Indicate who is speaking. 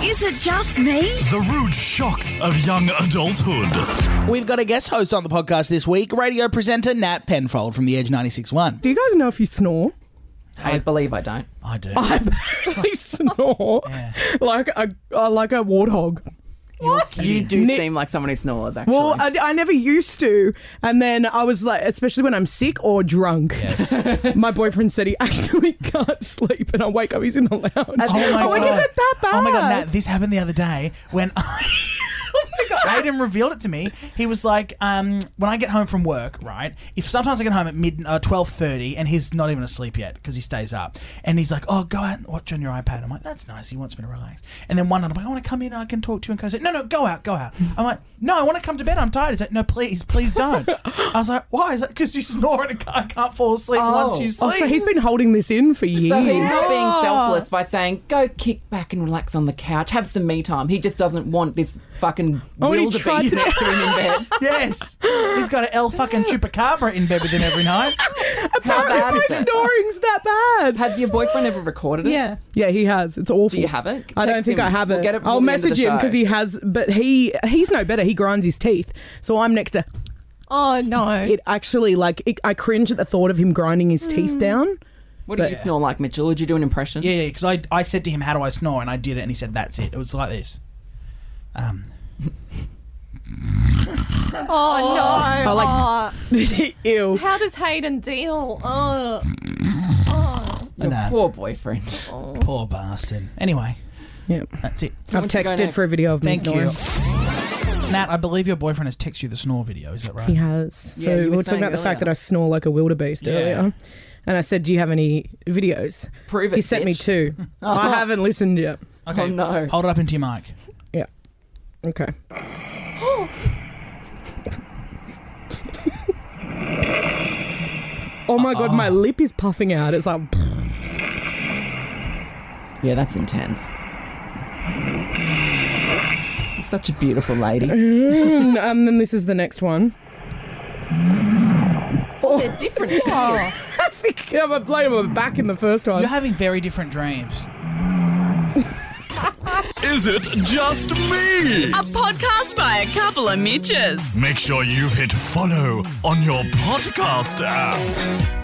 Speaker 1: Is it just me?
Speaker 2: The rude shocks of young adulthood.
Speaker 3: We've got a guest host on the podcast this week, radio presenter Nat Penfold from the Edge 96.1.
Speaker 4: Do you guys know if you snore?
Speaker 5: I believe I don't.
Speaker 3: I do.
Speaker 4: I apparently snore like a uh, like a warthog.
Speaker 5: You uh, do seem like someone who snores, actually.
Speaker 4: Well, I, I never used to, and then I was like, especially when I'm sick or drunk. My boyfriend said he actually can't sleep, and I wake up, he's in the lounge.
Speaker 3: Oh my
Speaker 4: I'm like,
Speaker 3: god!
Speaker 4: is it that bad?
Speaker 3: Oh my god! Nat, this happened the other day when I, oh my god, Adam revealed it to me. He was like, um, "When I get home from work, right? If sometimes I get home at mid uh, twelve thirty, and he's not even asleep yet because he stays up, and he's like, "Oh, go out and watch on your iPad." I'm like, "That's nice. He wants me to relax." And then one night I'm like, "I want to come in. I can talk to you." And Co's like, "No, no, go out, go out." I'm like, "No, I want to come to bed. I'm tired." He's like, "No, please, please don't." I was like, "Why?" He's like, "Because you snore and I can't, can't fall asleep once you
Speaker 4: Oh,
Speaker 3: sleep."
Speaker 4: so he's been holding this in for years.
Speaker 5: so he's not being selfless by saying, go kick back and relax on the couch, have some me time. He just doesn't want this fucking
Speaker 4: Oh, and he tried
Speaker 5: wildebeest
Speaker 4: to-
Speaker 5: next to him in bed.
Speaker 3: Yes, he's got an L fucking chupacabra in bed with him every night.
Speaker 5: How bad
Speaker 4: My
Speaker 5: is that?
Speaker 4: snoring's that bad.
Speaker 5: Has your boyfriend ever recorded it?
Speaker 6: Yeah.
Speaker 4: Yeah, he has. It's awful.
Speaker 5: Do you have it?
Speaker 4: I don't
Speaker 5: Text
Speaker 4: think
Speaker 5: him.
Speaker 4: I have
Speaker 5: We'll
Speaker 4: it.
Speaker 5: get it before
Speaker 4: I'll
Speaker 5: the end of the
Speaker 4: message him because
Speaker 5: show.
Speaker 4: he has, but he he's no better. He grinds his teeth. So I'm next to
Speaker 6: Oh no.
Speaker 4: it. Actually, like it, I cringe at the thought of him grinding his
Speaker 5: Mm.
Speaker 4: teeth down.
Speaker 5: What do you snore like, Mitchell? Did you do an impression?
Speaker 3: Yeah, yeah, because I, I said to him, How do I snore? And I did it, and he said, That's it. It was like this. Um,
Speaker 6: Oh, no.
Speaker 4: like-
Speaker 6: Oh.
Speaker 4: Ew.
Speaker 6: How does Hayden deal? Oh.
Speaker 3: and that
Speaker 5: Poor boyfriend.
Speaker 3: poor bastard. Anyway,
Speaker 4: Yeah.
Speaker 3: that's it.
Speaker 4: I've
Speaker 5: wants to go
Speaker 4: texted
Speaker 5: next?
Speaker 4: for a video of me
Speaker 3: Thank
Speaker 4: snoring.
Speaker 3: you. Nat, I believe your boyfriend has texted you the snore video, is that right?
Speaker 4: He has. So
Speaker 5: Yeah, you
Speaker 4: we
Speaker 5: were
Speaker 4: were talking
Speaker 5: saying
Speaker 4: about the fact
Speaker 5: earlier.
Speaker 4: that I snore like a wildebeest
Speaker 3: Yeah.
Speaker 4: earlier. And I said, "Do you have any videos?"
Speaker 5: Prove it.
Speaker 4: He sent me
Speaker 5: bitch.
Speaker 4: two. I haven't listened yet.
Speaker 3: Okay.
Speaker 5: Oh, no.
Speaker 3: Hold it up into your mic.
Speaker 4: Yeah. Okay. oh my god, my lip is puffing out. It's like
Speaker 5: Yeah, that's intense. Such a beautiful lady.
Speaker 4: and then this is the next one.
Speaker 5: They're different. to you.
Speaker 4: I think I'm a blame on the back in the first one.
Speaker 3: You're having very different dreams.
Speaker 2: Is it just me?
Speaker 1: A podcast by a couple of midges.
Speaker 2: Make sure you've hit follow on your podcast app.